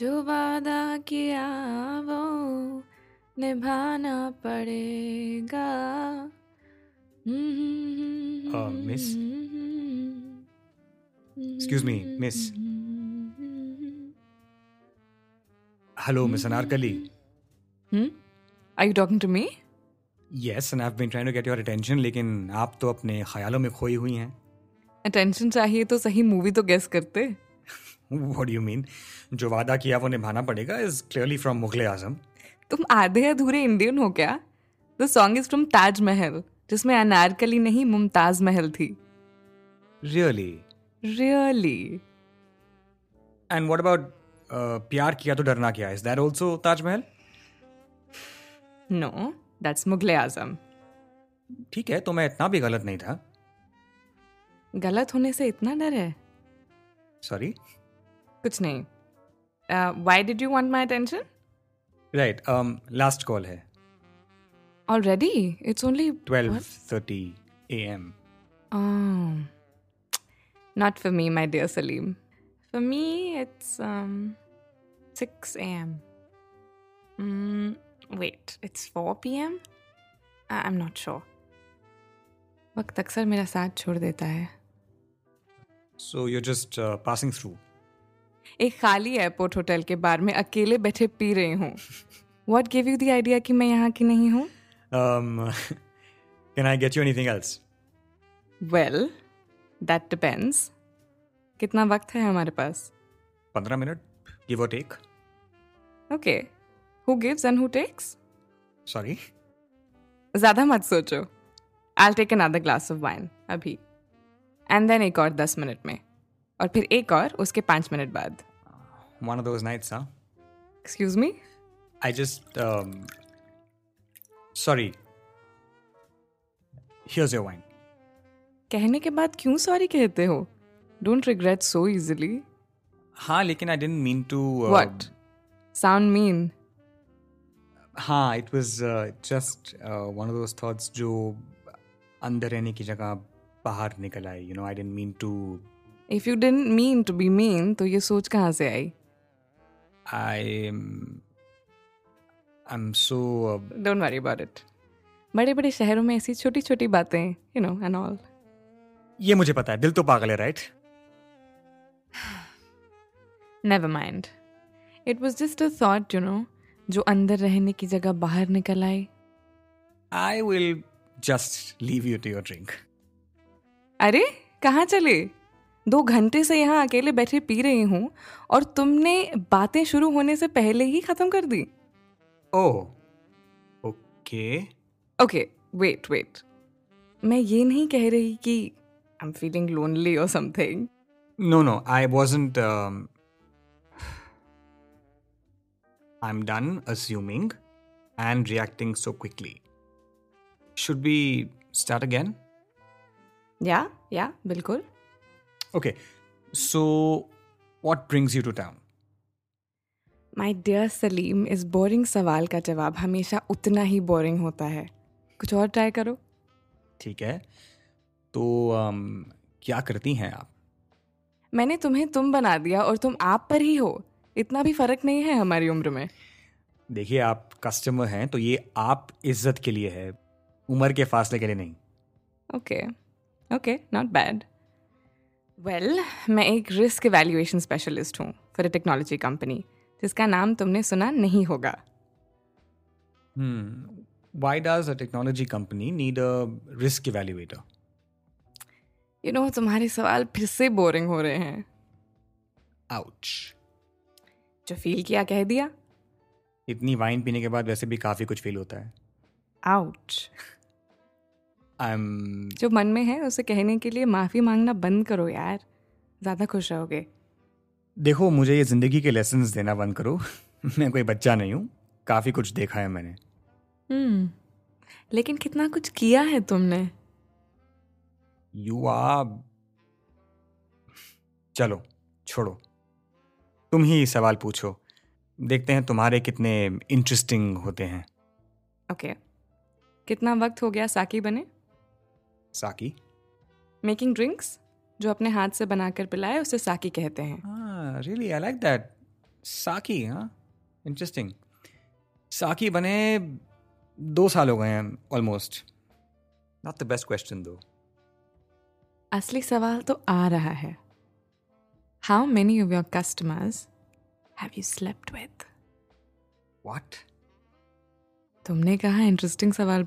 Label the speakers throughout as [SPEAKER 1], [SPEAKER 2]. [SPEAKER 1] जो वादा किया वो निभाना पड़ेगा
[SPEAKER 2] Uh, miss? Excuse me, miss. Hello, Miss Anarkali.
[SPEAKER 1] Hmm? Are you talking to me?
[SPEAKER 2] Yes, and I've been trying to get your attention, लेकिन आप तो अपने ख्यालों में खोई हुई हैं.
[SPEAKER 1] अटेंशन चाहिए तो सही मूवी तो गेस करते
[SPEAKER 2] What do you mean? जो वादा किया वो निभाना पड़ेगा is clearly from मुगल आजम.
[SPEAKER 1] तुम आधे अधूरे इंडियन हो क्या the song is from Taj Mahal जिसमें अनारकली नहीं मुमताज महल थी
[SPEAKER 2] Really?
[SPEAKER 1] Really
[SPEAKER 2] And what about uh, प्यार किया तो डरना क्या? Is that also Taj Mahal?
[SPEAKER 1] No that's Mughal Azam
[SPEAKER 2] ठीक है, तो मैं इतना भी गलत नहीं था.
[SPEAKER 1] गलत होने से इतना डर है
[SPEAKER 2] Sorry.
[SPEAKER 1] कुछ Uh, नहीं why did you want my attention
[SPEAKER 2] Right. Um, last call है.
[SPEAKER 1] Already it's only
[SPEAKER 2] 12:30 a.m.
[SPEAKER 1] um, not for me my dear Salim for me it's six A M wait it's four P M I am not sure वक्त अक्सर मेरा साथ छोड़ देता है
[SPEAKER 2] So you're just uh, passing through.
[SPEAKER 1] एक खाली airport hotel के बार में अकेले बैठे पी रही हूँ what give you the idea कि मैं यहाँ की नहीं हूँ
[SPEAKER 2] Um, can I get you anything else?
[SPEAKER 1] Well that depends कितना वक्त है हमारे पास
[SPEAKER 2] 15 minute, give or take.
[SPEAKER 1] Okay who gives and who takes
[SPEAKER 2] Sorry.
[SPEAKER 1] ज्यादा मत सोचो I take another glass of wine अभी एंड देन एक और दस मिनट में और फिर एक और उसके पाँच मिनट बाद
[SPEAKER 2] One of those nights, huh?
[SPEAKER 1] Excuse me
[SPEAKER 2] I just. Um, sorry. Here's your wine.
[SPEAKER 1] कहने के बाद क्यों सॉरी कहते हो डोंट रिग्रेट सो इजिली
[SPEAKER 2] हाँ लेकिन I didn't mean to. Uh,
[SPEAKER 1] what sound mean
[SPEAKER 2] हाँ it was uh, just uh, one of those thoughts जो अंदर रहने की जगह बाहर निकल आए you know I didn't mean to.
[SPEAKER 1] If you dent mean to be mean तो ये सोच कहाँ से आई
[SPEAKER 2] I am. I'm so. Uh,
[SPEAKER 1] don't worry about it बड़े बड़े शहरों में ऐसी छोटी छोटी बातें यू नो एंड ऑल
[SPEAKER 2] ये मुझे पता है दिल तो पागल है right
[SPEAKER 1] never mind it was just a thought you know जो अंदर रहने की जगह बाहर निकल आई
[SPEAKER 2] I will just leave you to your drink
[SPEAKER 1] अरे कहाँ चले दो घंटे से यहाँ अकेले बैठे पी रही हूँ और तुमने बातें शुरू होने से पहले ही खत्म कर दी
[SPEAKER 2] oh okay
[SPEAKER 1] okay wait wait मैं ये नहीं कह रही कि आई एम फीलिंग लोनली और something
[SPEAKER 2] no no I wasn't um, i'm done assuming and reacting so quickly should we start again
[SPEAKER 1] या या बिल्कुल
[SPEAKER 2] okay so what brings you to town
[SPEAKER 1] my dear Salim इस बोरिंग सवाल का जवाब हमेशा उतना ही बोरिंग होता है कुछ और ट्राई करो
[SPEAKER 2] ठीक है तो um, क्या करती हैं आप
[SPEAKER 1] मैंने तुम्हें तुम बना दिया और तुम आप पर ही हो इतना भी फर्क नहीं है हमारी उम्र में
[SPEAKER 2] देखिए आप कस्टमर हैं तो ये आप इज्जत के लिए है उम्र के फासले के लिए नहीं
[SPEAKER 1] okay okay not bad well मैं एक रिस्क वैल्यूएशन स्पेशलिस्ट हूँ फॉर अ टेक्नोलॉजी कंपनी जिसका नाम तुमने सुना नहीं होगा
[SPEAKER 2] Hmm, why does a technology company need a risk evaluator?
[SPEAKER 1] You you know know, तुम्हारे सवाल फिर से बोरिंग हो रहे हैं
[SPEAKER 2] Ouch.
[SPEAKER 1] जो फील किया कह दिया
[SPEAKER 2] इतनी वाइन पीने के बाद वैसे भी काफी कुछ फील होता है
[SPEAKER 1] आउट
[SPEAKER 2] आई एम
[SPEAKER 1] जो मन में है उसे कहने के लिए माफ़ी मांगना बंद करो यार ज़्यादा खुश रहोगे
[SPEAKER 2] देखो मुझे ये जिंदगी के लेसन देना बंद करो मैं कोई बच्चा नहीं हूँ काफी कुछ देखा है मैंने
[SPEAKER 1] हम्म लेकिन कितना कुछ किया है तुमने
[SPEAKER 2] यू आर चलो छोड़ो तुम ही सवाल पूछो देखते हैं तुम्हारे कितने इंटरेस्टिंग होते हैं
[SPEAKER 1] ओके okay. कितना वक्त हो गया साकी बने
[SPEAKER 2] साकी
[SPEAKER 1] मेकिंग
[SPEAKER 2] हाँ,
[SPEAKER 1] ड्रिंक्स जो अपने हाथ से बनाकर पिलाए उसे साकी कहते हैं
[SPEAKER 2] रियली आई लाइक दैट साकी हाँ इंटरेस्टिंग साकी बने दो साल हो गए हैं almost not the best question दो
[SPEAKER 1] असली सवाल तो आ रहा है how many of your customers have you slept with
[SPEAKER 2] what
[SPEAKER 1] तुमने कहा इंटरेस्टिंग सवाल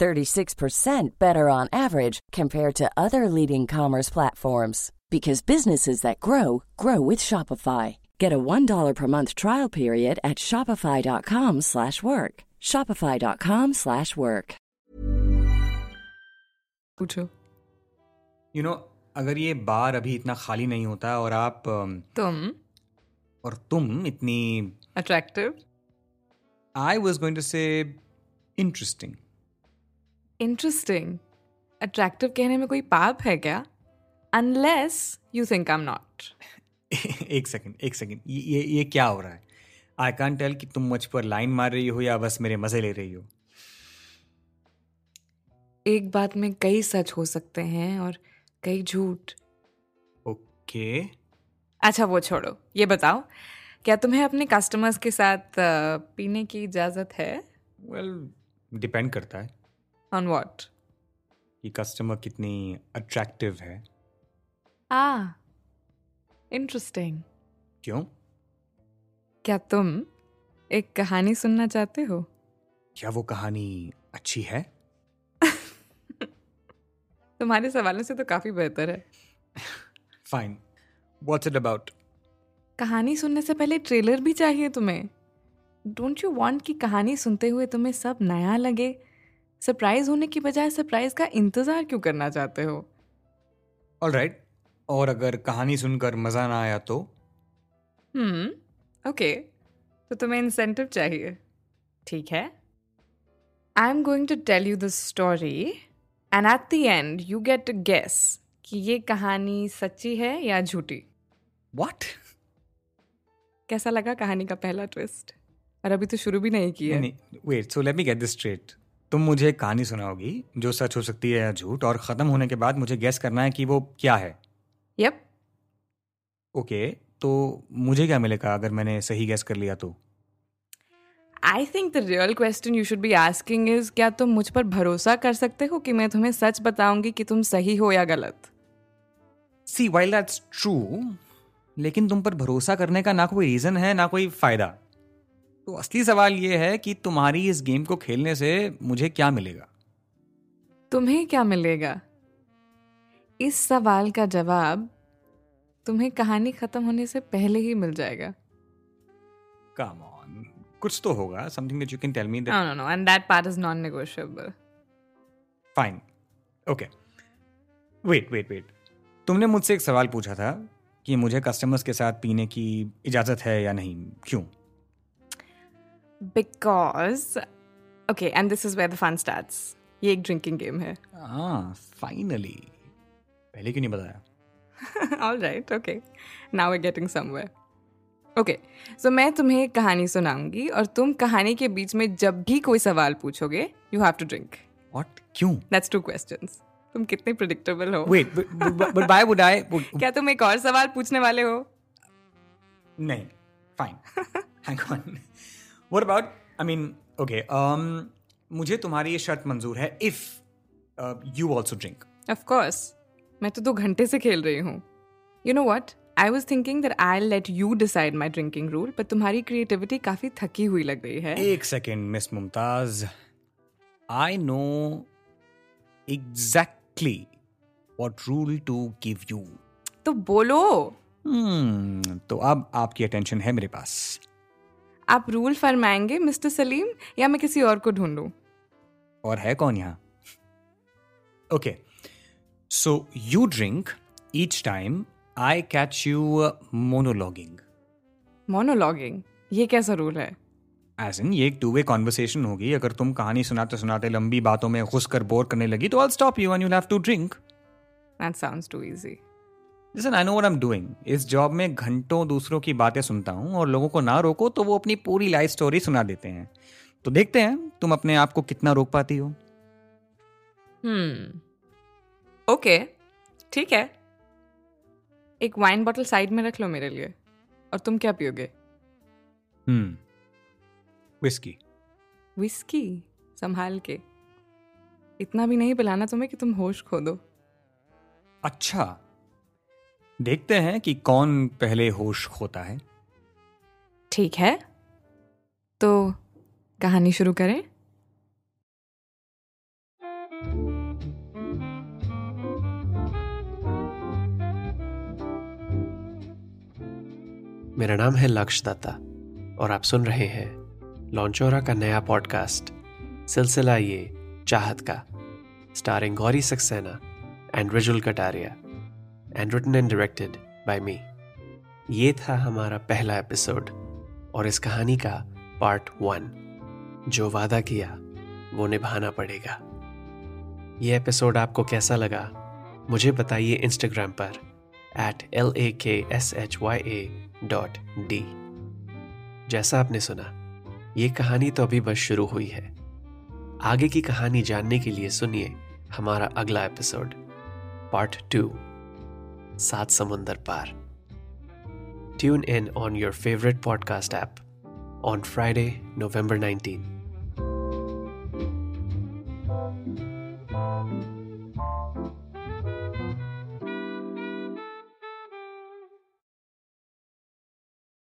[SPEAKER 3] 36% better on average compared to other leading commerce platforms because businesses that grow grow with Shopify. Get a $1 per month trial period at shopify.com/work. slash work. shopify.com/work. slash work.
[SPEAKER 1] पूछो
[SPEAKER 2] you know अगर ये बार अभी इतना खाली नहीं होता और आप अम,
[SPEAKER 1] तुम
[SPEAKER 2] और तुम इतनी
[SPEAKER 1] attractive
[SPEAKER 2] I was going to say interesting
[SPEAKER 1] interesting attractive कहने में कोई पाप है क्या unless you think I am not
[SPEAKER 2] एक सेकंड एक सेकंड ये ये ये क्या हो रहा है आई कान टेल कि तुम मुझ पर लाइन मार रही हो या बस मेरे मजे ले रही हो
[SPEAKER 1] एक बात में कई सच हो सकते हैं और कई झूठ
[SPEAKER 2] ओके
[SPEAKER 1] अच्छा वो छोड़ो ये बताओ क्या तुम्हें अपने कस्टमर्स के साथ अ, पीने की इजाज़त है
[SPEAKER 2] वेल डिपेंड करता है
[SPEAKER 1] ऑन वॉट
[SPEAKER 2] कि कस्टमर कितनी अट्रैक्टिव है
[SPEAKER 1] आ इंटरेस्टिंग
[SPEAKER 2] क्यों
[SPEAKER 1] क्या तुम एक कहानी सुनना चाहते हो
[SPEAKER 2] क्या वो कहानी अच्छी है
[SPEAKER 1] तुम्हारे सवालों से तो काफ़ी बेहतर है
[SPEAKER 2] फाइन व्हाट्स इट अबाउट
[SPEAKER 1] कहानी सुनने से पहले ट्रेलर भी चाहिए तुम्हें डोंट यू वांट कि कहानी सुनते हुए तुम्हें सब नया लगे सरप्राइज होने की बजाय सरप्राइज का इंतजार क्यों करना चाहते हो
[SPEAKER 2] ऑल राइट और अगर कहानी सुनकर मज़ा ना आया तो
[SPEAKER 1] हम्म ओके तो तुम्हें इंसेंटिव चाहिए ठीक है I am going to tell you this story and at the end you get to guess कि ये कहानी सच्ची है या झूठी
[SPEAKER 2] व्हाट
[SPEAKER 1] कैसा लगा कहानी का पहला ट्विस्ट और अभी तो शुरू भी नहीं किया
[SPEAKER 2] नहीं wait so let me get this straight तुम मुझे एक कहानी सुनाओगी जो सच हो सकती है या झूठ और ख़त्म होने के बाद मुझे गेस करना है कि वो क्या है
[SPEAKER 1] यप
[SPEAKER 2] ओके तो मुझे क्या मिलेगा अगर मैंने सही गेस कर लिया तो
[SPEAKER 1] I think the real question you should be asking is क्या तुम मुझ पर भरोसा कर सकते हो कि मैं तुम्हें सच बताऊंगी कि तुम सही हो या गलत
[SPEAKER 2] सी वाइल दैट्स ट्रू लेकिन तुम पर भरोसा करने का ना कोई रीज़न है ना कोई फ़ायदा तो असली सवाल ये है कि तुम्हारी इस गेम को खेलने से मुझे क्या मिलेगा
[SPEAKER 1] तुम्हें क्या मिलेगा इस सवाल का जवाब तुम्हें कहानी खत्म होने से पहले ही मिल जाएगा
[SPEAKER 2] कम ऑन कुछ तो होगा something that you can tell me that
[SPEAKER 1] no no no and that part is non negotiable
[SPEAKER 2] fine okay wait wait wait तुमने मुझसे एक सवाल पूछा था कि मुझे कस्टमर्स के साथ पीने की इजाज़त है या नहीं क्यों
[SPEAKER 1] because okay and this is where the fun starts ये एक ड्रिंकिंग गेम है
[SPEAKER 2] हाँ फाइनली पहले क्यों नहीं बताया
[SPEAKER 1] all right okay now we getting somewhere okay so मैं तुम्हें एक कहानी सुनाऊंगी और तुम कहानी के बीच में जब भी कोई सवाल पूछोगे you have to drink
[SPEAKER 2] what क्यों
[SPEAKER 1] दैट्स टू क्वेश्चंस तुम कितने प्रिडिक्टेबल हो
[SPEAKER 2] wait but why would I
[SPEAKER 1] क्या तुम एक और सवाल पूछने वाले हो
[SPEAKER 2] नहीं fine hang on what about I mean okay um, मुझे तुम्हारी ये शर्त मंजूर है uh, if you also drink
[SPEAKER 1] of course मैं तो दो घंटे से खेल रही हूँ you know what I was thinking that I let you decide my drinking rule पर तुम्हारी क्रिएटिविटी काफी थकी हुई लग रही है
[SPEAKER 2] एक second miss Mumtaz I know exactly what rule to give you
[SPEAKER 1] तो बोलो
[SPEAKER 2] तो अब आपकी अटेंशन है मेरे पास
[SPEAKER 1] आप रूल फरमाएंगे मिस्टर सलीम या मैं किसी और को ढूंढूं
[SPEAKER 2] और है कौन यहाँ okay so you drink each time I catch you monologuing
[SPEAKER 1] monologuing ये कैसा रूल है
[SPEAKER 2] एज इन ये एक टू वे कॉन्वर्सेशन होगी अगर तुम कहानी सुनाते सुनाते लंबी बातों में घुस कर बोर करने लगी तो I stop you and you have to drink
[SPEAKER 1] that sounds too easy
[SPEAKER 2] listen I know what I am doing इस जॉब में घंटों दूसरों की बातें सुनता हूँ और लोगों को ना रोको तो वो अपनी पूरी लाइफ स्टोरी सुना देते हैं तो देखते हैं तुम अपने आप को कितना रोक पाती हो
[SPEAKER 1] हम्म ओके ठीक है एक वाइन बॉटल साइड में रख लो मेरे लिए और तुम क्या पियोगे
[SPEAKER 2] हम्म विस्की
[SPEAKER 1] विस्की संभाल के इतना भी नहीं पिलाना तुम्हें कि तुम होश खो दो
[SPEAKER 2] अच्छा देखते हैं कि कौन पहले होश होता है
[SPEAKER 1] ठीक है तो कहानी शुरू करें
[SPEAKER 4] मेरा नाम है लक्ष दत्ता और आप सुन रहे हैं लॉन्चोरा का नया पॉडकास्ट सिलसिला ये चाहत का starring Gauri Saxena and Rijul Kataria and written and directed by me ये था हमारा पहला एपिसोड और इस कहानी का पार्ट वन जो वादा किया वो निभाना पड़ेगा ये एपिसोड आपको कैसा लगा मुझे बताइए इंस्टाग्राम पर at L A K S H Y A dot D जैसा आपने सुना ये कहानी तो अभी बस शुरू हुई है आगे की कहानी जानने के लिए सुनिए हमारा अगला एपिसोड पार्ट टू सात समुंदर पार tune in on your favourite podcast app on Friday November 19